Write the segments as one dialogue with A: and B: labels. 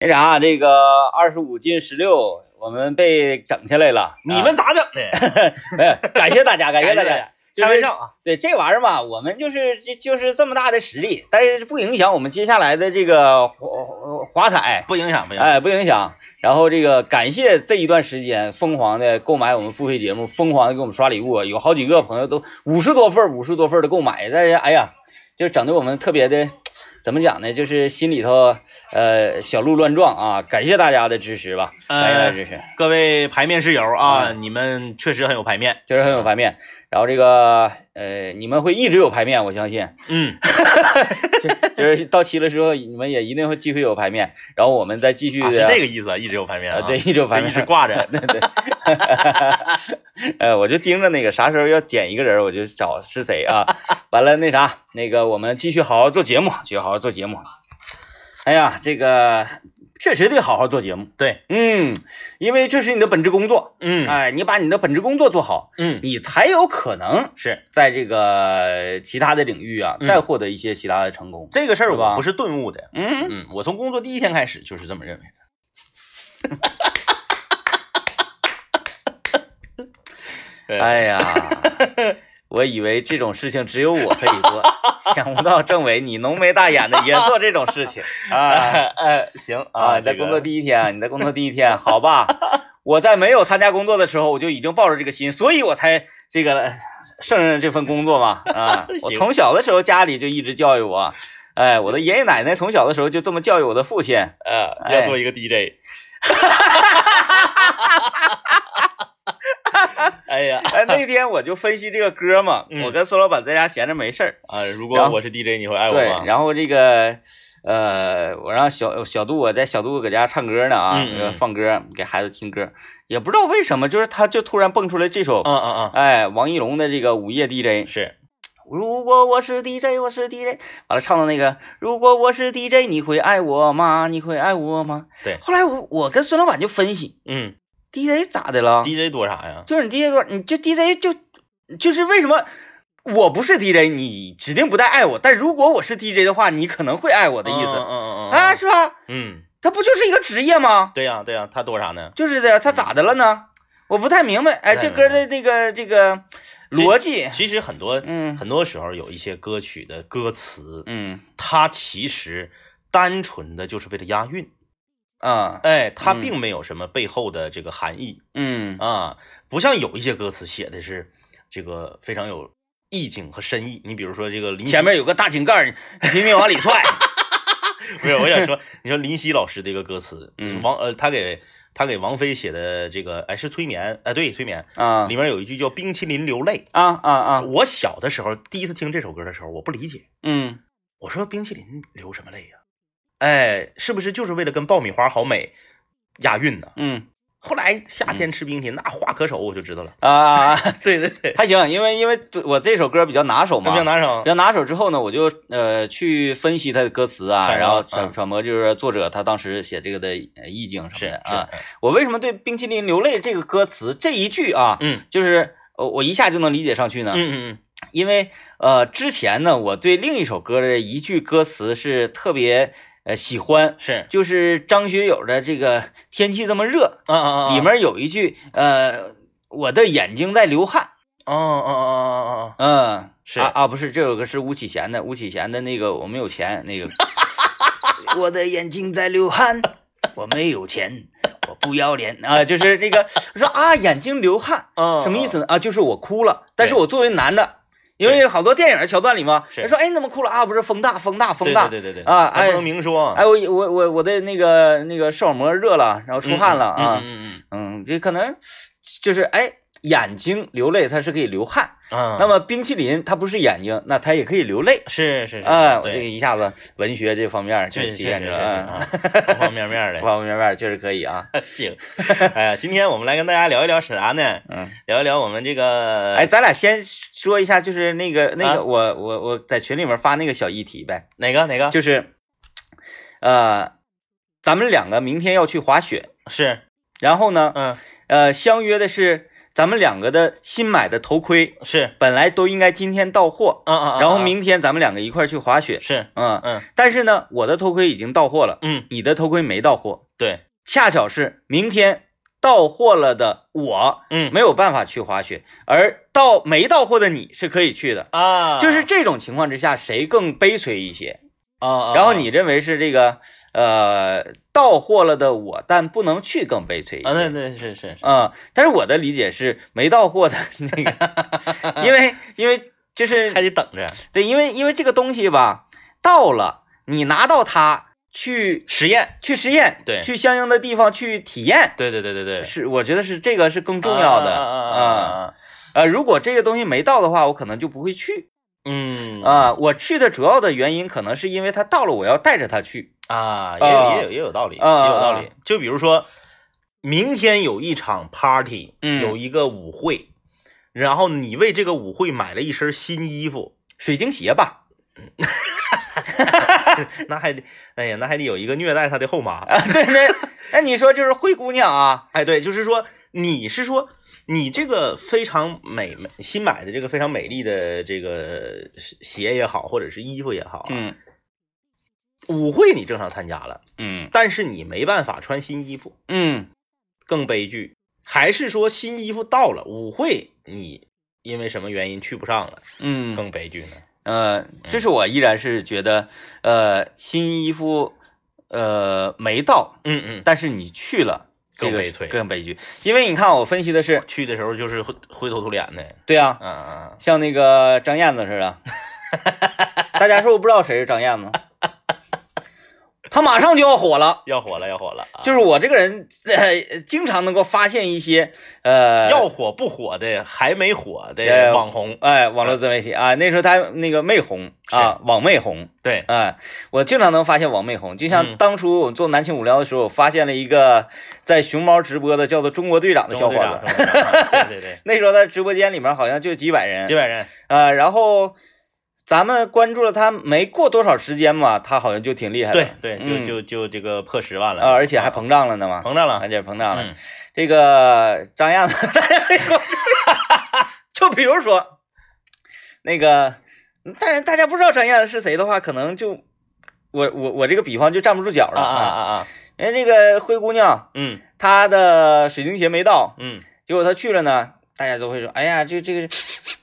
A: 那啥，这个二十五进十六，我们被整下来了。
B: 你们咋整 的？
A: 没有，感谢 大家，感谢大
B: 感谢
A: 家。就
B: 开玩
A: 是
B: 笑啊，
A: 对这玩意儿吧，我们就是就就是这么大的实力，但是不影响我们接下来的这个华华彩，
B: 不影响，不影响。
A: 哎，不影响。然后这个感谢这一段时间疯狂的购买我们付费节目，疯狂的给我们刷礼物啊，有好几个朋友都五十多份儿、五十多份儿的购买，大家哎呀，就整的我们特别的，怎么讲呢？就是心里头呃小鹿乱撞啊！感谢大家的支持吧，感谢大家的支持，
B: 各位排面室友
A: 哎
B: 啊，你们确实很有排面。
A: 就是很有排面。然后这个呃，你们会一直有排面，我相信。
B: 嗯，
A: 就是到期了之后，你们也一定会继续有排面，然后我们再继续
B: 啊
A: 的
B: 是这个意思啊，一直有排面
A: 啊，
B: 啊，
A: 对，一周排
B: 这
A: 面
B: 一 直挂着。
A: 呃，我就盯着那个啥时候要减一个人，我就找是谁啊。完了那啥，那个我们继续好好做节目，继续好好做节目。啊哎呀，这个确实得好好做节目，
B: 对，
A: 嗯，因为这是你的本职工作，
B: 嗯
A: 哎，你把你的本职工作做好，
B: 嗯，
A: 你才有可能
B: 是
A: 在这个其他的领域啊，
B: 嗯
A: 再获得一些其他的成功。
B: 这个事儿
A: 是吧
B: 我不是顿悟的。
A: 嗯，
B: 嗯，我从工作第一天开始就是这么认为的。 对，
A: 哎呀，我以为这种事情只有我可以 做，想不到政委你浓眉大眼的也做这种事情 啊
B: 哎，行
A: 啊！
B: 啊，
A: 你在
B: 这
A: 工
B: 个
A: 作第一天，你在工作第一天，好 吧？我在没有参加工作的时候，我就已经抱着这个心，所以我才这个呃胜任这份工作嘛啊
B: 行！
A: 我从小的时候家里就一直教育我。哎，我的爷爷奶奶从小的时候就这么教育我的父亲。
B: 呃，
A: 哎
B: 要做一个 DJ。哎呀
A: 哎，那天我就分析这个歌嘛，
B: 嗯
A: 我跟孙老板在家闲着没事儿，
B: 啊！如
A: 然
B: 果
A: 后
B: 我是 DJ，你会爱我
A: 对
B: 吗，？
A: 然后这个呃，我让小小杜，我在小杜搁家唱歌呢啊，
B: 嗯嗯
A: 放歌给孩子听歌，也不知道为什么，就是他就突然蹦出来这首，
B: 嗯嗯
A: 哎，王一龙的这个《午夜 DJ
B: 嗯，》。是
A: 如果我是 DJ，我是 DJ，完了唱到那个，如果我是 DJ，你会爱我吗？你会爱我吗？
B: 对
A: 后来我我跟孙老板就分析
B: 嗯
A: ，DJ 咋的了？
B: ，DJ 多啥呀？
A: 就是你 DJ 多，你就 DJ 就就是为什么我不是 DJ，你指定不带爱我，但如果我是 DJ 的话，你可能会爱我
B: 我
A: 的意
B: 嗯
A: 思、
B: 嗯嗯
A: 啊，
B: 嗯
A: 是吧？
B: 嗯，
A: 它不就是一个职业吗？
B: 对啊呀对呀，他多啥呢？
A: 就是的，它咋的了呢？我不太明白，哎，
B: 不
A: 这
B: 太
A: 歌的那个这个逻辑，
B: 其实很多
A: 嗯
B: 很多时候有一些歌曲的歌词，
A: 嗯
B: 它其实单纯的就是为了押韵，
A: 啊
B: 哎，它
A: 嗯
B: 并没有什么背后的这个含义。
A: 嗯
B: 啊，不像有一些歌词写的是这个非常有意境和深意。你比如说这个林夕
A: 前面有个大井盖儿，你拼命往里 踹，
B: 不是，我想说，你说林夕老师的一个歌词，
A: 嗯
B: 王呃，他给他给王菲写的这个，哎，是催眠，哎，对，催眠
A: 啊
B: 里面有一句叫“冰淇淋流泪
A: 啊啊”。啊，
B: 我小的时候第一次听这首歌的时候，我不理解，
A: 嗯
B: 我说冰淇淋流什么泪呀、哎，是不是就是为了跟爆米花好美押韵呢？
A: 嗯
B: 后来夏天吃冰淇淋，那话可手，我就 知道了。
A: 啊，
B: 对对对，
A: 还行，因为因为我这首歌比较拿手嘛，
B: 那较拿手
A: 比。较拿手之后呢，我就呃去分析他的歌词啊，
B: 揣摩
A: 然后
B: 嗯
A: 揣揣摩就是作者他当时写这个的呃意境什
B: 是
A: 么的
B: 是
A: 啊。，我为什么对“冰淇淋流泪”这个歌词这一句啊，
B: 嗯
A: 就是呃我一下就能理解上去呢？
B: 嗯嗯嗯。
A: 因为呃之前呢，我对另一首歌的一句歌词是特别呃喜欢，
B: 是，
A: 就是张学友的这个“天气这么热
B: 啊啊”啊，
A: 里面有一句呃我的眼睛在流汗，
B: 啊，啊啊啊啊啊啊，
A: 嗯，
B: 是
A: 啊啊，不是这首歌是巫启贤的，巫启贤的那个我没有钱 那个，我的眼睛在流汗，我没有钱，我不要脸啊，就是这个，我说啊，眼睛流汗，
B: 嗯
A: 什么意思呢？啊，就是我哭了，但是
B: 对
A: 我作为男的，因为
B: 对
A: 好多电影的桥段里嘛，
B: 是
A: 他说哎你怎么哭了啊？不是风大风大风大，
B: 对对对对
A: 啊
B: 他
A: 哎
B: 不能明说，
A: 哎我我我我的那个那个视网膜热了，然后
B: 嗯，
A: 出汗了
B: 嗯
A: 啊，
B: 嗯
A: 嗯，这可能就是哎眼睛流泪它是可以流汗。
B: 嗯嗯，
A: 那么冰淇淋它不是眼睛，那它也可以流泪。
B: 是是是
A: 啊，我这个
B: 对，
A: 一下子文学这方面儿就
B: 确实
A: 体
B: 确
A: 现
B: 实
A: 出
B: 是
A: 来了，
B: 啊， 方方面面
A: 嗯
B: 的，
A: 方方面面儿确实可以 啊。
B: 行，哎呀，今天我们来跟大家聊一聊啥呢？
A: 嗯，
B: 聊一聊我们这个，
A: 哎，，咱俩先说一下，就是那个那
B: 啊
A: 个，我我我在群里面发那个小议题呗，
B: 哪个哪个？
A: 就是，呃，咱们两个明天要去滑雪，
B: 是，
A: 然后呢，
B: 嗯
A: 呃，相约的是咱们两个的新买的头盔
B: 是，
A: 本来都应该今天到货，
B: 嗯嗯，
A: 然后明天咱们两个一块儿去滑雪，
B: 是，
A: 嗯，
B: 嗯
A: 但是呢，我的头盔已经到货了，
B: 嗯，
A: 你的头盔没到货，
B: 对，
A: 恰巧是明天到货了的我
B: 嗯
A: 没有办法去滑雪，而到没到货的你是可以去的。
B: 啊，
A: 就是这种情况之下，谁更悲催一些？
B: 啊，
A: 然后你认为是这个呃到货了的我，但不能去更悲催一些。
B: 啊，对对是是是，
A: 嗯，但是我的理解是没到货的那 个，因为因为就是
B: 还得等着
A: 对，因为因为这个东西吧，到了你拿到它去
B: 实验，
A: 去实验，
B: 对
A: 去相应的地方去体验，
B: 对对对对对，
A: 是我觉得是这个是更重要的
B: 啊啊啊啊
A: 啊。
B: 啊，
A: 呃，如果这个东西没到的话，我可能就不会去
B: 嗯
A: 啊、我去的主要的原因可能是因为它到了，我要带着它去。
B: 啊，也有
A: 啊
B: 也有也有道理，也
A: 啊啊
B: 有道
A: 啊
B: 理。就比如说，明天有一场 party，
A: 嗯
B: 有一个舞会，然后你为这个舞会买了一身新衣服，
A: 水晶鞋吧，
B: 那还得，哎呀，那还得有一个虐待他的后妈。
A: 啊，对对，那你说就是灰姑娘啊，
B: 哎，对，就是说，你是说你这个非常美美新买的这个非常美丽的这个鞋也好，或者是衣服也好啊，
A: 嗯
B: 舞会你正常参加了，
A: 嗯
B: 但是你没办法穿新衣服，
A: 嗯，
B: 更悲剧，还是说新衣服到了舞会，你因为什么原因去不上了，
A: 嗯，
B: 更嗯悲剧呢？
A: 呃，就是我依然是觉得，呃，新衣服，呃，没到，
B: 嗯嗯，
A: 但是你去了，这
B: 更
A: 个
B: 悲
A: 是
B: 催
A: 更悲剧。因为你看，我分析的 是，
B: 去的时候就是灰灰头土脸的，
A: 对啊，
B: 嗯嗯
A: 像那个张燕子似的，大家是不是不知道谁是张燕子？他马上就要火了。
B: 要火了要火了啊，
A: 就是我这个人，呃，经常能够发现一些，呃，
B: 要火不火的，还没火
A: 对
B: 的网红，
A: 哎，网络自媒体啊，那时候他那个妹红啊，网妹红，
B: 对，
A: 哎，我经常能发现网妹红，就
B: 嗯
A: 像当初我做南青无聊的时候，我发现了一个在熊猫直播的叫做中国队长的小伙子。
B: 中国队长， 对对对，
A: 那时候他直播间里面好像就几百人
B: 几，百人，
A: 呃，然后咱们关注了他没过多少时间嘛，他好像就挺厉害的，
B: 对对，就
A: 嗯
B: 就就这个破十万了
A: 啊，而且还膨胀了呢嘛，
B: 膨胀了
A: 而，且膨胀了。
B: 嗯
A: 这个张燕子， 就比如说那个，但是大家不知道张燕子是谁的话，可能就我我我这个比方就站不住脚了
B: 啊啊啊啊，
A: 人家这个灰姑娘，
B: 嗯
A: 她的水晶鞋没到，
B: 嗯，
A: 结果她去了呢，大家都会说，哎呀，这这个，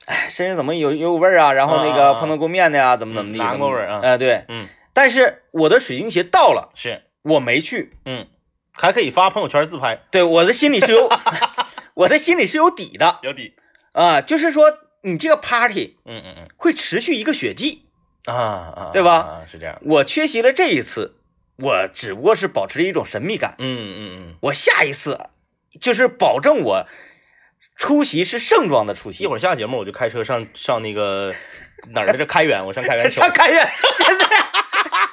A: 哎，身上怎么有有股味儿啊？然后那
B: 啊
A: 个
B: 啊啊
A: 蓬头垢面的呀、怎么怎么地？
B: 嗯南瓜味儿啊
A: 哎、对。
B: 嗯
A: 但是我的水晶鞋到了，
B: 是，
A: 我没去，
B: 嗯，还可以发朋友圈自拍，
A: 对，我的心里是 有，我的心里是有底的。
B: 有底，
A: 啊，就是说你这个 party
B: 嗯嗯嗯，
A: 会持续一个雪季。
B: 啊啊，
A: 对吧
B: 啊，是这样，
A: 我缺席了这一次，我只不过是保持了一种神秘感。
B: 嗯嗯嗯，
A: 我下一次就是保证我出席是盛装的出席。
B: 一会儿下节目我就开车上上那个哪儿 来着？开元，我上开元
A: 上开源，现在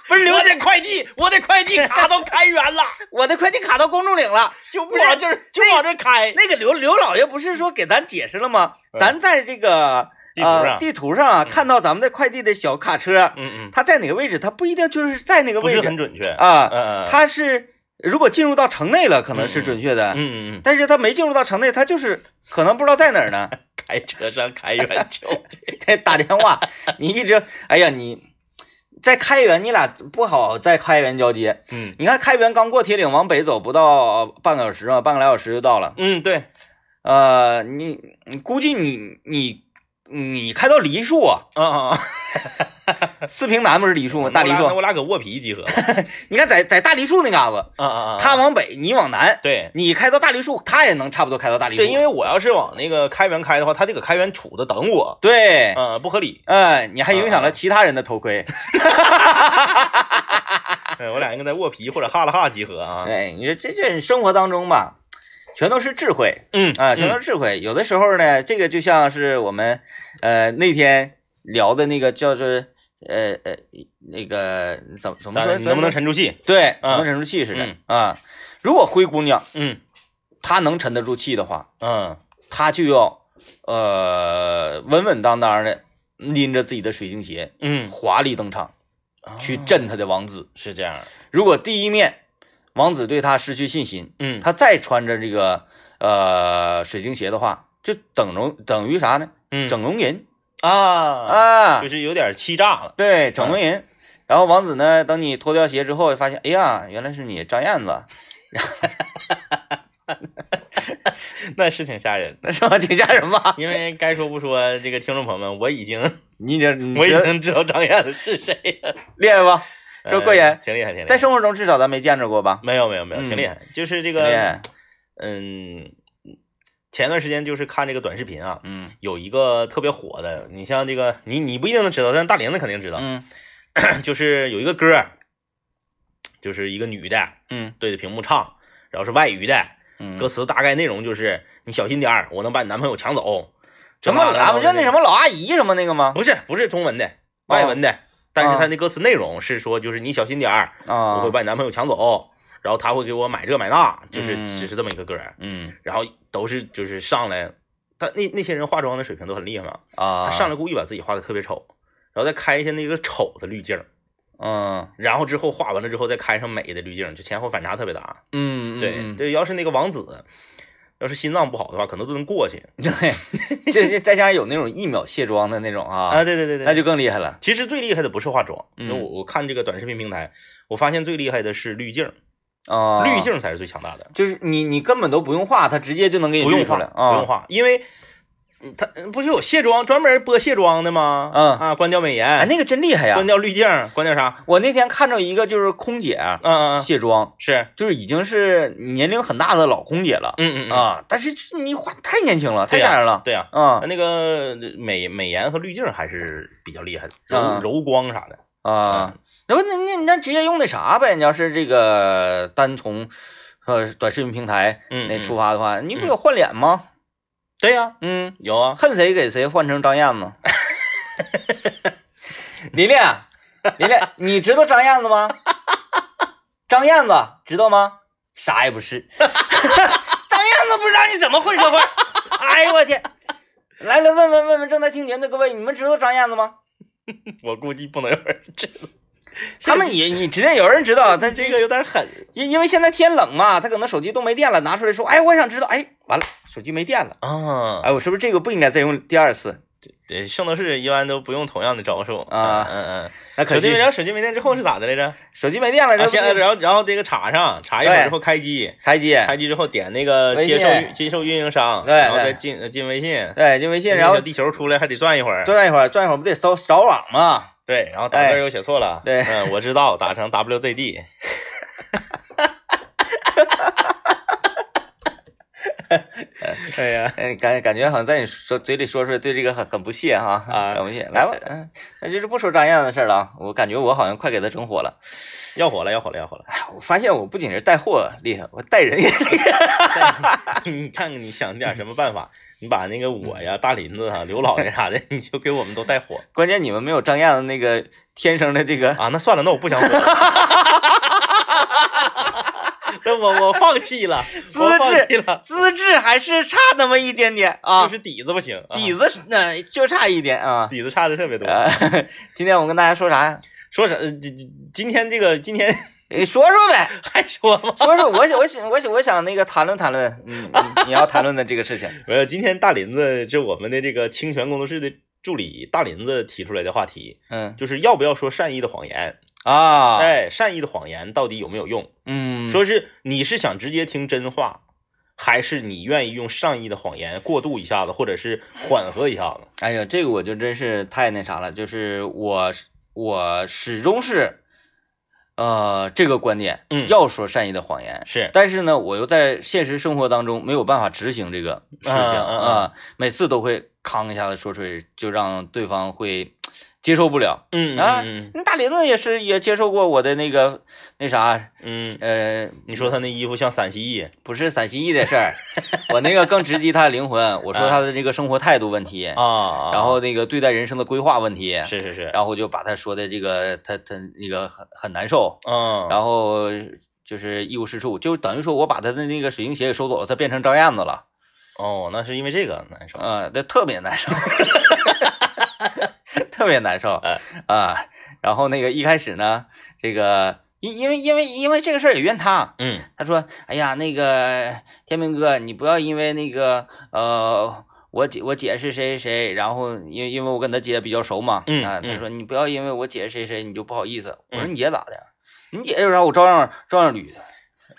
A: 不是刘
B: 我的快递，我的快递卡到开元了，
A: 我的快递卡到公众领了。
B: 就不
A: 不是
B: 往这儿 就往这儿开，
A: 那个刘刘老爷不是说给咱解释了吗？
B: 嗯
A: 咱在这个
B: 地图上嗯
A: 呃、地图上啊，看到咱们的快递的小卡车，
B: 嗯嗯，
A: 它在哪个位置，它不一定就是在那个
B: 不
A: 位
B: 是
A: 置
B: 很准确，
A: 啊。
B: 嗯嗯
A: 它是如果进入到城内了，可能是准确的，
B: 嗯嗯嗯，
A: 但是他没进入到城内，他就是可能不知道在哪儿 呢。
B: 开车上开 元就
A: 打电话，你一直，哎呀，你在开元，你俩不好在开元交接。
B: 嗯
A: 你看开元刚过铁岭，往北走不到半个小时嘛，半个来小时就到了。
B: 嗯，对，
A: 呃，你你估计你你。你开到梨树啊，
B: 啊啊啊，
A: 四平南不是梨树吗？大梨
B: 那
A: 树，
B: 我俩搁卧皮 集合了，
A: 你看在在大梨树那嘎子，
B: 啊啊啊，
A: 他往北，你往南，
B: 对。
A: 你开到大梨树，他也能差不多开到大梨树。
B: 对，因为我要是往那个开元开的话，他得搁开元杵着等我，
A: 对，
B: 嗯，不合理。
A: 嗯，你还影
B: 啊
A: 响了其他人的头盔。啊
B: 嗯，我俩应该在卧皮或者哈拉哈集合啊。
A: 哎，你说这这生活当中吧，全都是智慧
B: 嗯
A: 啊，全都是智慧。有的时候呢，这个就像是我们呃那天聊的那个叫做呃呃那个怎么怎么说
B: 咱能不能沉住气？
A: 对
B: 嗯
A: 能不能沉住气似的
B: 嗯
A: 啊？如果灰姑娘
B: 嗯
A: 她能沉得住气的话，
B: 嗯
A: 她就要呃稳稳当当的拎着自己的水晶鞋
B: 嗯，
A: 华丽登场去
B: 哦
A: 震她的王子。
B: 是这样。
A: 如果第一面王子对他失去信心，
B: 嗯，
A: 他再穿着这个呃水晶鞋的话，就等容等于啥呢？
B: 嗯，
A: 整容人
B: 啊
A: 啊
B: 就，是嗯有点欺诈了。
A: 对，整容人。然后王子呢，等你脱掉鞋之后，发现，哎呀，原来是你张燕子，
B: 那是挺吓人，
A: 那是 吧？挺吓人吧？
B: 因为该说不说，这个听众朋友们，我已经
A: 你这，你
B: 我已
A: 觉得
B: 经知道张燕子是谁了。
A: 厉害吧？这
B: 呃
A: 贵人
B: 挺厉害，挺厉害。
A: 在生活中至少咱没见着过吧？
B: 没有没有没有，
A: 嗯
B: 挺厉害。就是
A: 挺厉
B: 这个，
A: 害，
B: 嗯，前段时间就是看这个短视频啊，
A: 嗯
B: 有一个特别火的，你像这个，你你不一定能知道，但大玲子肯定知道，
A: 嗯
B: 就是有一个歌，就是一个女的
A: 嗯
B: 对着屏幕唱，然后是外语的，
A: 嗯，
B: 歌词大概内容就是你小心点儿，我能把你男朋友抢走。
A: 什么
B: 这那
A: 啊？不
B: 的
A: 就那什？么老阿姨什么那个吗？
B: 不是不是中文的，外文
A: 哦
B: 的，但是他那歌词内容是说就是你小心点儿，
A: 啊，
B: 我会把你男朋友抢走，然后他会给我买这买那，就是
A: 嗯
B: 只是这么一个歌儿，
A: 嗯
B: 然后都是就是上来，他那那些人化妆的水平都很厉害嘛，
A: 啊，
B: 他上来故意把自己画的特别丑，然后再开一下那个丑的滤镜儿，
A: 嗯
B: 然后之后画完了之后再开上美的滤镜儿，就前后反差特别大。
A: 嗯，
B: 对
A: 嗯
B: 对，要是那个王子，要是心脏不好的话，可能都能过去
A: 对， 这这再加上有那种一秒卸妆的那种啊
B: 啊。，对对对对，
A: 那就更厉害了。
B: 其实最厉害的不是化妆，因为
A: 嗯
B: 我我看这个短视频平台，我发现最厉害的是滤镜儿，
A: 啊，
B: 滤镜儿才是最强大的，
A: 就是你你根本都不用画，它直接就能给你
B: 不用
A: 滤出
B: 化，
A: 来啊，
B: 不用化，因为。嗯他不是有卸妆专门播卸妆的吗？
A: 嗯
B: 啊，关掉美颜，
A: 哎，那个真厉害呀
B: 关！掉滤镜儿，关掉啥？
A: 我那天看着一个就是空姐
B: 嗯嗯嗯，
A: 卸妆，
B: 是，
A: 就是已经是年龄很大的老空姐了
B: 嗯嗯嗯，
A: 啊，但是这你画太年轻了，太
B: 对呀
A: 吓人了
B: 对呀、
A: 啊
B: 那个美美颜和滤镜儿还是比较厉害的，
A: 啊
B: 柔柔光啥的。嗯
A: 啊！那不那那那直接用那啥呗？你要是这个单从呃短视频平台
B: 嗯，
A: 那
B: 嗯
A: 出发的话，你不有换脸吗？
B: 对呀、
A: 嗯，
B: 有啊，
A: 恨谁给谁换成张燕 子。琳琳，琳琳，啊你知道张燕子吗？张燕子知道吗？啥也不 是。张燕子不知道你怎么混社会。哎呦我天！来来问问问问正在听节目的各位，你们知道张燕子吗？
B: 我估计不能有人知道，
A: 他们也你指定有人知道，但
B: 这个有点狠。
A: 因因为现在天冷嘛，他可能手机都没电了，拿出来说，哎，我想知道，哎，完了手机没电了，
B: 啊，
A: 哎，我是不是这个不应该再用第二次？
B: 对，圣斗士一般都不用同样的招数
A: 啊
B: 嗯
A: 那
B: 嗯，手
A: 可
B: 机没
A: 惜
B: 电，手机没电之后是咋的来着？
A: 手机没电了，
B: 啊，
A: 这
B: 现在然后然后这个插上，插一会
A: 对
B: 儿之后开机，
A: 开机，
B: 开机之后点那个
A: 微
B: 接
A: 信
B: 受运接受运营商，
A: 对
B: 然后再
A: 对
B: 进呃进微信，
A: 对，进微信，然
B: 那
A: 后
B: 个地球出来还得转一会儿，
A: 转一会儿，转一会儿不得搜找网吗？
B: 对，然后打字儿又写错
A: 哎
B: 了，
A: 对
B: 嗯，我知道，打成 WZD，哎呀，
A: 哎，感感觉好像在你说嘴里说出来，对这个很很不屑哈，
B: 啊
A: 很不屑。来吧，嗯，那就是不说张燕子的事儿了啊。我感觉我好像快给他整火了。
B: 要火了，要火了，要 火了！
A: 哎，我发现我不仅是带货厉害，我带人也厉
B: 你看看，你想点什么办法？你把那个我呀、大林子啊、刘老爷啥的，你就给我们都带火
A: 害。关键你们没有张燕子那个天生的这个，
B: 啊！那算了，那我不想火了， 那我我放弃了，
A: 资
B: 我放
A: 质
B: 弃了，
A: 资质还是差那么一点点啊，
B: 就是底子不行，啊
A: 底子那、就差一点啊。
B: 底子差的特别多。
A: 啊， 今天我跟大家说啥呀？
B: 说啥？呃今今今天这个今天
A: 你说说呗。
B: 还说吗？
A: 说说我想我想我想我想那个谈论谈论，嗯，你你要谈论的这个事情，
B: 没有，呃今天大林子这我们的这个清泉工作室的助理大林子提出来的话题，
A: 嗯
B: 就是要不要说善意的谎言？
A: 啊，
B: 哎，善意的谎言到底有没有用？
A: 嗯，
B: 说是你是想直接听真话，还是你愿意用善意的谎言过渡一下子，或者是缓和一下子？
A: 哎呀，这个我就真是太那啥了，就是我是我始终是，呃，这个观点，
B: 嗯
A: 要说善意的谎言。
B: 是，
A: 但是呢，我又在现实生活当中没有办法执行这个事情
B: 啊啊啊
A: 每次都会扛一下子说出来，就让对方会接受不了。
B: 嗯
A: 啊
B: 嗯
A: 那大林子也是也接受过我的那个那啥，
B: 嗯，
A: 呃，
B: 你说他那衣服像陕西蜴，
A: 不是散心意的事儿， 我那个更直击他的灵魂。我说他的这个生活态度问题，
B: 啊，
A: 嗯然后那个对待人生的规划问题，
B: 是是是，
A: 然后就把他说的这个他他那个很很难受，
B: 嗯，
A: 然后就是一无是处，就等于说我把他的那个水晶鞋给收走了，他变成张燕子了，
B: 哦，那是因为这个难受，
A: 嗯、那特别难受， 特别难受
B: 哎
A: 啊。然后那个一开始呢，这个因因为因为因为这个事儿也怨他，
B: 嗯
A: 他说：“哎呀，那个天明哥，你不要因为那个呃我姐我姐是谁谁谁，然后因因为我跟他姐比较熟嘛，
B: 嗯
A: 啊，他
B: 嗯
A: 说你不要因为我姐谁谁你就不好意思。我说
B: 嗯
A: 你姐咋的？你姐有啥我照样照样捋她，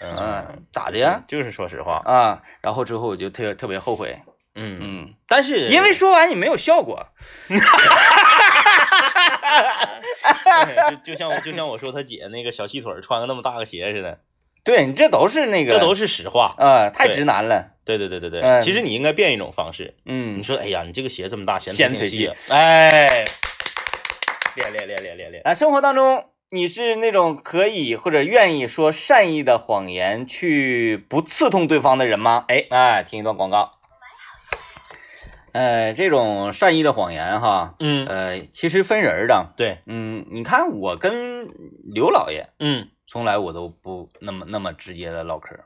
B: 嗯
A: 嗯，，咋的呀？
B: 就是说实话，
A: 啊，然后之后我就特特别后悔，
B: 嗯，
A: 嗯，
B: 但是
A: 因为说完你没有效果，
B: 就就像我就像我说他姐那个小细腿儿穿个那么大个鞋似的，
A: 对你这都是那个，
B: 这都
A: 是
B: 是实话。
A: 啊，太
B: 对
A: 直男了，
B: 对对对对对，
A: 嗯
B: 其实你应该变一种方式，
A: 嗯
B: 你，说哎呀，你这个鞋这么大，显
A: 显
B: 得
A: 得腿
B: 挺细
A: 细
B: 啊，哎，练练练练练练，
A: 啊，生活当中你是那种可以或者愿意说善意的谎言去不刺痛对方的人吗？哎，哎，听一段广告。呃，这种善意的谎言哈，
B: 嗯，
A: 呃，其实分人儿的。
B: 对，
A: 嗯，你看我跟刘老爷，
B: 嗯，
A: 从来我都不那么那么直接的唠嗑儿。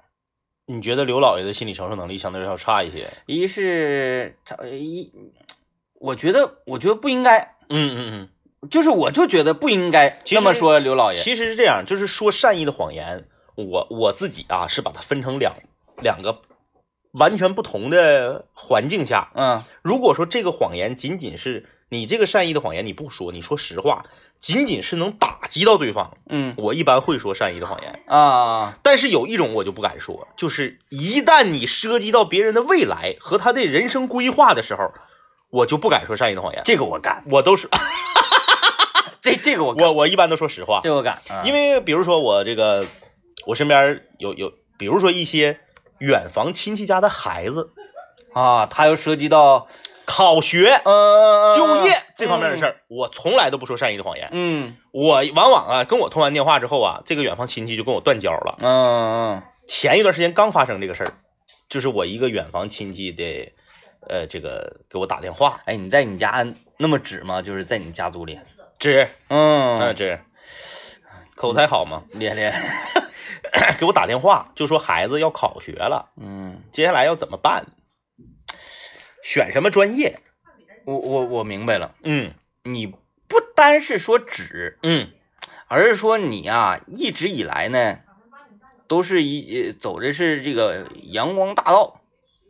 B: 你觉得刘老爷的心理承受能力相对要差一些？
A: 一是他一，我觉得我觉得不应该，
B: 嗯嗯嗯。
A: 就是我就觉得不应该
B: 其
A: 那么
B: 实
A: 说刘老爷。
B: 哎其实是这样，就是说善意的谎言，我我自己啊是把它分成两两个完全不同的环境下。
A: 嗯
B: 如果说这个谎言仅仅是你这个善意的谎言，你不说，你说实话，仅仅是能打击到对方，
A: 嗯
B: 我一般会说善意的谎言。
A: 啊，
B: 但是有一种我就不敢说，就是一旦你涉及到别人的未来和他的人生规划的时候，我就不敢说善意的谎言。
A: 这个我敢。
B: 我都是
A: 这这个我敢，
B: 我我一般都说实话，
A: 这个我敢，啊
B: 因为比如说我这个，我身边有有，比如说一些远房亲戚家的孩子
A: 啊，他又涉及到
B: 考学、
A: 呃
B: 就业这方面的事，儿，我从来都不说善意的谎言。
A: 嗯
B: 我往往啊，跟我通完电话之后啊，这个远房亲戚就跟我断交了。
A: 嗯嗯
B: 前一段时间刚发生这个事儿，就是我一个远房亲戚的，呃，这个给我打电话，
A: 哎，你在你家那么指吗？就是在你家族里，
B: 芝，嗯，
A: 嗯，
B: 芝，口才好吗？
A: 连连，
B: 给我打电话就说孩子要考学了。
A: 嗯，
B: 接下来要怎么办？选什么专业？
A: 我我我明白了，
B: 嗯
A: 你不单是说指，
B: 嗯
A: 而是说你啊，一直以来呢，都是一呃走的是这个阳光大道，，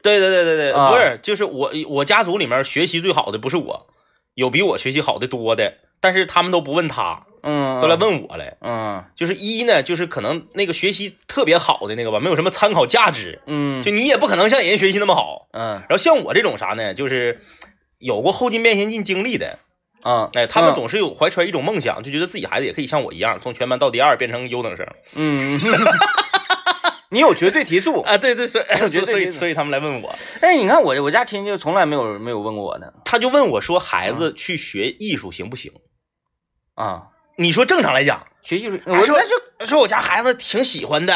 B: 对对对对对，
A: 啊
B: 不是，就是我我家族里面学习最好的不是我，有比我学习好的多的，但是他们都不问他，
A: 嗯，
B: 都来，问我来。
A: 嗯
B: 就是一呢，就是可能那个学习特别好的那个吧，没有什么参考价值，
A: 嗯，
B: 就你也不可能像人家学习那么好。
A: 嗯
B: 然后像我这种啥呢，就是有过后进变先进经历的，
A: 嗯，
B: 哎，他们
A: 嗯
B: 总是有怀揣一种梦想，就觉得自己孩子也可以像我一样，从全班到第二变成优等生。
A: 嗯， 你有绝对提速。
B: 啊，对对，所以
A: 觉
B: 所
A: 得这
B: 以嗯所以
A: 个
B: 所以他们来问我，
A: 哎，你看我我家亲戚就从来没有没有问过我呢
B: 他就问我说，孩子去学艺术行不行？
A: 啊，
B: 你说正常来讲，
A: 学艺术，
B: 我
A: 我
B: 哎说就说我家孩子挺喜欢的，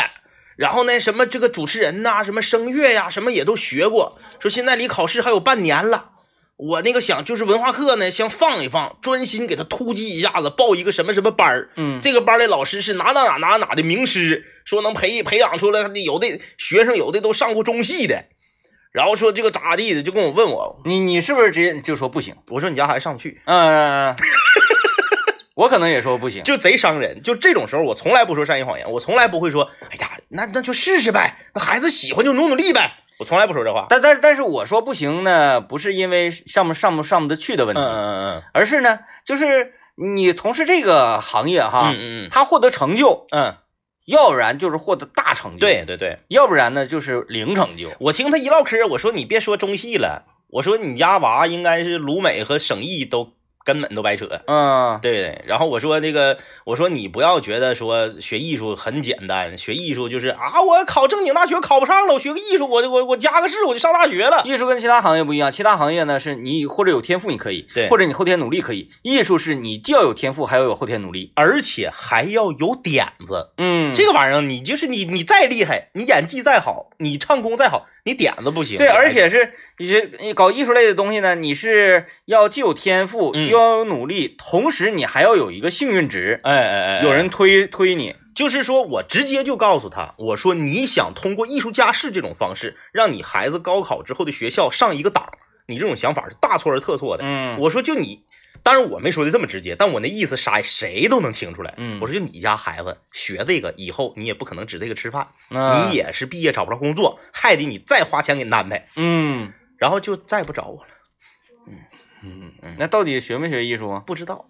B: 然后呢，什么这个主持人呐、什么声乐呀、什么也都学过。说现在离考试还有半年了，我那个想就是文化课呢，先放一放，专心给他突击一下子，报一个什么什么班儿。
A: 嗯
B: 这个班儿的老师是哪哪哪哪哪的名师，说能培培养出来，有的学生有的都上过中戏的，然后说这个咋地的，就跟我问我，
A: 你你是不是直接就说不行？
B: 我说你家孩子上不去，
A: 嗯、我可能也说不行。
B: 就贼伤人。就这种时候，我从来不说善意谎言，我从来不会说，哎呀，那那就试试呗，那孩子喜欢就努努力呗，我从来不说这话。
A: 但但但是我说不行呢，不是因为上不上不上不得去的问
B: 嗯
A: 题，
B: 嗯嗯
A: 而是呢，就是你从事这个行业哈，
B: 嗯嗯嗯
A: 他获得成就，
B: 嗯，
A: 要不然就是获得大成就，，
B: 对对对，
A: 要不然呢就是零成就。
B: 我听他一唠嗑，我说你别说中戏了，我说你家娃应该是鲁美和省艺都根本都白扯。
A: 嗯
B: 对对，然后我说那个，我说你不要觉得说学艺术很简单，学艺术就是啊，我考正经大学考不上了，我学个艺术，我就我我加个试我就上大学 了。
A: 艺术跟其他行业不一样，其他行业呢是你或者有天赋你可以，
B: 对
A: 或者你后天努力可以。艺术是你既要有天赋，还要有后天努力。
B: 而且还要有点子，
A: 嗯，
B: 这个玩意儿你就是你，你再厉害，你演技再好，你唱功再好，你点子不行。
A: 对，而且是你是你搞艺术类的东西呢，你是要既有天赋，
B: 嗯
A: 又要有努力，同时你还要有一个幸运值，
B: 哎哎哎，哎
A: 有人推推你。
B: 就是说我直接就告诉他，我说你想通过艺术家室这种方式，让你孩子高考之后的学校上一个档，你这种想法是大错而特错的。
A: 嗯，
B: 我说就你，当然我没说的这么直接，但我那意思啥谁都能听出来。
A: 嗯
B: 我说就你家孩子学这个以后，你也不可能指这个吃饭，
A: 那
B: 你也是毕业找不着工作，害得你再花钱给你安排。
A: 嗯
B: 然后就再也不找我了，嗯
A: 那到底学没学艺术 啊？
B: 不知道，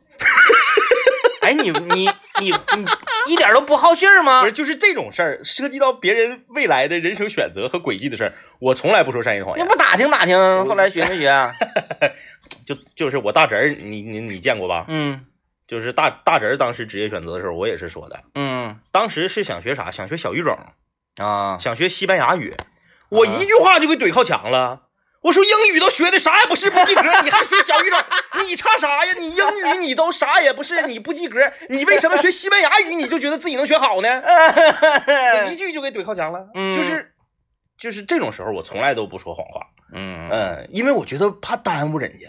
A: 哎，你你你你一点都不好信儿吗
B: 不是？就是这种事儿，涉及到别人未来的人生选择和轨迹的事儿，我从来不说善意的谎
A: 你
B: 言，
A: 不打听打听，后来学没学啊？
B: 就就是我大侄儿，你你你见过吧？
A: 嗯
B: 就是大大侄儿当时职业选择的时候，我也是说的，
A: 嗯
B: 当时是想学啥？想学小语种，
A: 啊，
B: 想学西班牙语，我一句话就给怼靠墙了。我说英语都学的啥也不是，不及格，你还学小语种， 你差啥呀？你英语你都啥也不是，你不及格，你为什么学西班牙语你就觉得自己能学好 呢？我一句就给怼靠墙了，
A: 嗯
B: 就是就是这种时候，我从来都不说谎话，
A: 嗯
B: 嗯，因为我觉得怕耽误人家，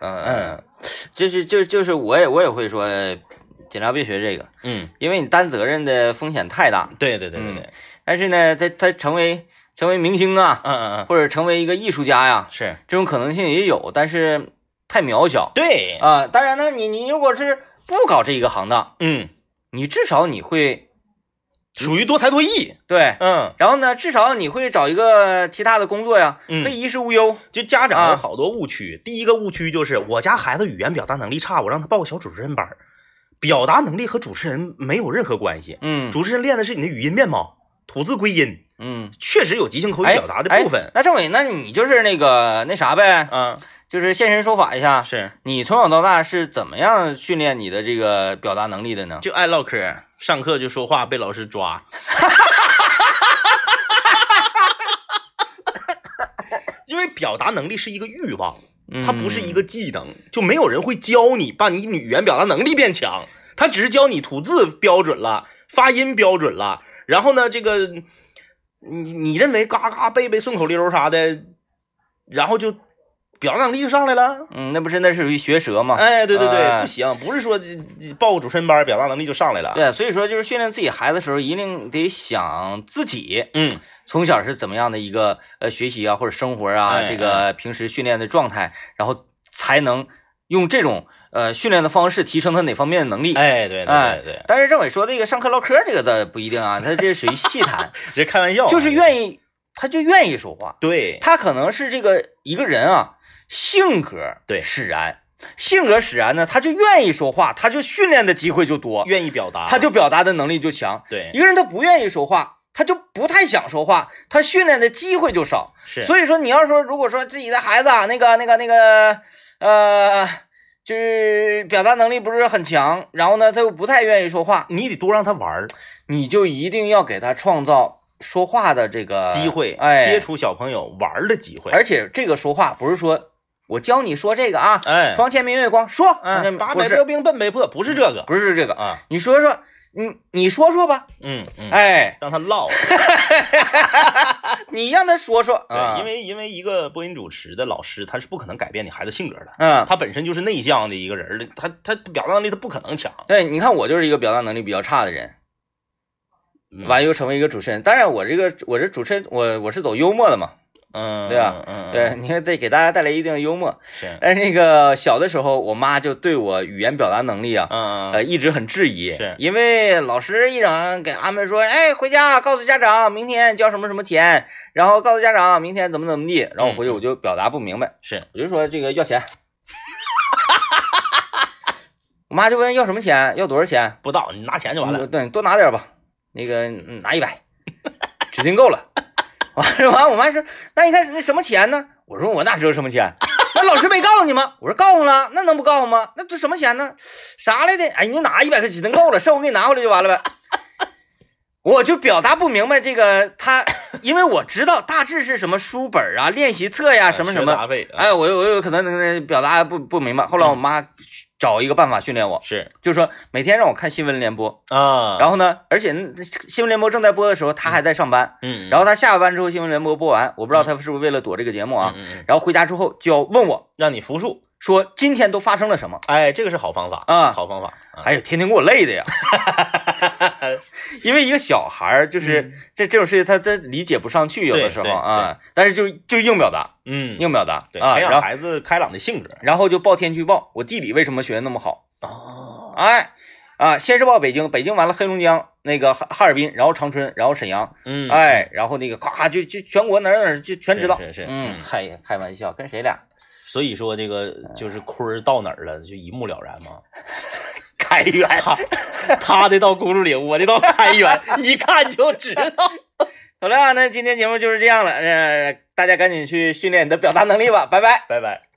A: 嗯嗯
B: 嗯，
A: 就是就就是我也我也会说，尽量别学这个，
B: 嗯，
A: 因为你担责任的风险太大。
B: 对对对对对，
A: 但是呢，他他成为成为明星啊，
B: 嗯嗯嗯，
A: 或者成为一个艺术家呀，
B: 是
A: 这种可能性也有，但是太渺小
B: 对，
A: 啊、当然呢，你你如果是不搞这一个行当，
B: 嗯，
A: 你至少你会
B: 属于多才多艺，
A: 对，
B: 嗯，
A: 然后呢，至少你会找一个其他的工作呀，
B: 嗯
A: 可以衣食无忧。
B: 就家长
A: 啊
B: 有好多误区，第一个误区就是我家孩子语言表达能力差，我让他报个小主持人班儿，表达能力和主持人没有任何关系，
A: 嗯
B: 主持人练的是你的语音面貌，吐字归音，
A: 嗯，
B: 确实有即兴口语
A: 哎
B: 表达的部
A: 哎
B: 分，
A: 那政委，那你就是那个那啥呗，
B: 啊，
A: 就是现身说法一下，
B: 是
A: 你从小到大是怎么样训练你的这个表达能力的呢？
B: 就爱唠嗑，上课就说话被老师抓， 因为表达能力是一个欲望，它不是一个技能，就没有人会教你把你语言表达能力变强，他只是教你吐字标准了，发音标准了，然后呢，这个你你认为嘎嘎背背顺口溜啥的，然后就表达能力就上来了。
A: 嗯，那不是那是属于学舌嘛？
B: 哎，对对对，
A: 哎
B: 不行，啊不是说这这报个主持人班表达能力就上来了。
A: 对，所以说就是训练自己孩子的时候，一定得想自己
B: 嗯，
A: 从小是怎么样的一个呃学习啊或者生活啊，
B: 哎
A: 这个平时训练的状态，然后才能用这种呃训练的方式提升他哪方面的能力。
B: 哎，对对
A: 哎
B: 对对，
A: 但是政委说这个上课唠嗑这个的不一定啊，他这属于细 谈，
B: 这开玩笑啊，
A: 就是愿意他就愿意说话，
B: 对，
A: 他可能是这个一个人啊性格
B: 对
A: 使然，性格使然呢，他就愿意说话，他就训练的机会就多，
B: 愿意表达，
A: 他就表达的能力就强。
B: 啊对
A: 一个人他不愿意说话，他就不太想说话，他训练的机会就少。
B: 是，
A: 所以说，你要说如果说自己的孩子啊，那个、那个、那个，呃，就是表达能力不是很强，然后呢，他又不太愿意说话，
B: 你得多让他玩儿
A: 你就一定要给他创造说话的这个
B: 机会，
A: 哎，
B: 接。触小朋友玩儿的机会，
A: 而且这个说话不是说我教你说这个啊，
B: 哎，
A: 床前明月光，说，床前
B: 嗯，
A: 明
B: 八
A: 不
B: 百
A: 是嗯
B: 标兵奔北坡，不是这个
A: 不是这个，
B: 啊，
A: 你说说，你你说说吧，
B: 嗯嗯，
A: 哎，
B: 让他唠，
A: 你让他说说啊，
B: 对，因为因为一个播音主持的老师，他是不可能改变你孩子性格的，
A: 嗯，
B: 他本身就是内向的一个人儿的，他他表达能力他不可能强，
A: 对，你看我就是一个表达能力比较差的人，
B: 嗯
A: 完又成为一个主持人。当然，我这个我这主持人，我我是走幽默的嘛，
B: 嗯，
A: 对吧
B: 嗯，嗯
A: 对，，你看得给大家带来一定的幽默。
B: 是，
A: 但是那个小的时候，我妈就对我语言表达能力啊，
B: 嗯
A: 呃，
B: 嗯，
A: 一直很质疑，
B: 是
A: 因为老师一整给安排说，哎，回家告诉家长明天交什么什么钱，然后告诉家长明天怎么怎么地，然后我回去
B: 嗯嗯
A: 我就表达不明白，
B: 是，
A: 我就说这个要钱。 我妈就问要什么钱，要多少钱，
B: 不到你拿钱就完了
A: 嗯，对，多拿点吧，那个嗯拿一百， 指定够了。完了完，我妈说，那你看那什么钱呢？我说我哪知道什么钱？ 那老师没告诉你吗？我说告诉了，那能不告诉吗？那这什么钱呢？啥来的？哎，你就拿一百块指定够了，剩我给你拿回来就完了呗。我就表达不明白这个他，因为我知道大致是什么书本啊、练习册呀、什么什
B: 学
A: 么。
B: 杂嗯费，嗯
A: 哎，，我有我有可能呃表达不不明白。后来我妈找一个办法训练我，
B: 是
A: 就说每天让我看新闻联播，
B: 啊，
A: 然后呢，而且那新闻联播正在播的时候，他还在上班。
B: 嗯，
A: 然后
B: 后
A: 他下了班之后，新闻联播播完，我不知道他是不是为了躲这个节目啊。
B: 嗯
A: 然后回家之后就要问我
B: 让你复述，
A: 说今天都发生了什么。
B: 哎，这个是好方法
A: 啊
B: 好方法，啊
A: 哎呦，天天给我累的 呀！因为一个小孩儿就是、这这种事情，他他理解不上去，有的
B: 嗯对
A: 时候
B: 对
A: 啊，但是就就硬表达，
B: 嗯，
A: 硬表达
B: 对，
A: 啊。
B: 培
A: 然后
B: 养孩子开朗的性格，
A: 然后就报天气预报，我地理为什么学那么好？
B: 哦，
A: 哎，啊，先是报北京，北京完了黑龙江那个哈哈尔滨，然后长春，然后沈阳，
B: 嗯，
A: 哎，然后那个咔就就全国哪儿哪儿就全知道，
B: 是是是
A: 嗯
B: 嗯，
A: 嗨呀，开玩笑，跟谁俩
B: 所以说这个就是坤儿到哪儿了，就一目了然嘛。
A: 开源？
B: 他他的到公主岭，我的到开原，一看就知道。
A: 好了啊，那今天节目就是这样了，呃，大家赶紧去训练你的表达能力吧，拜拜。
B: 拜拜。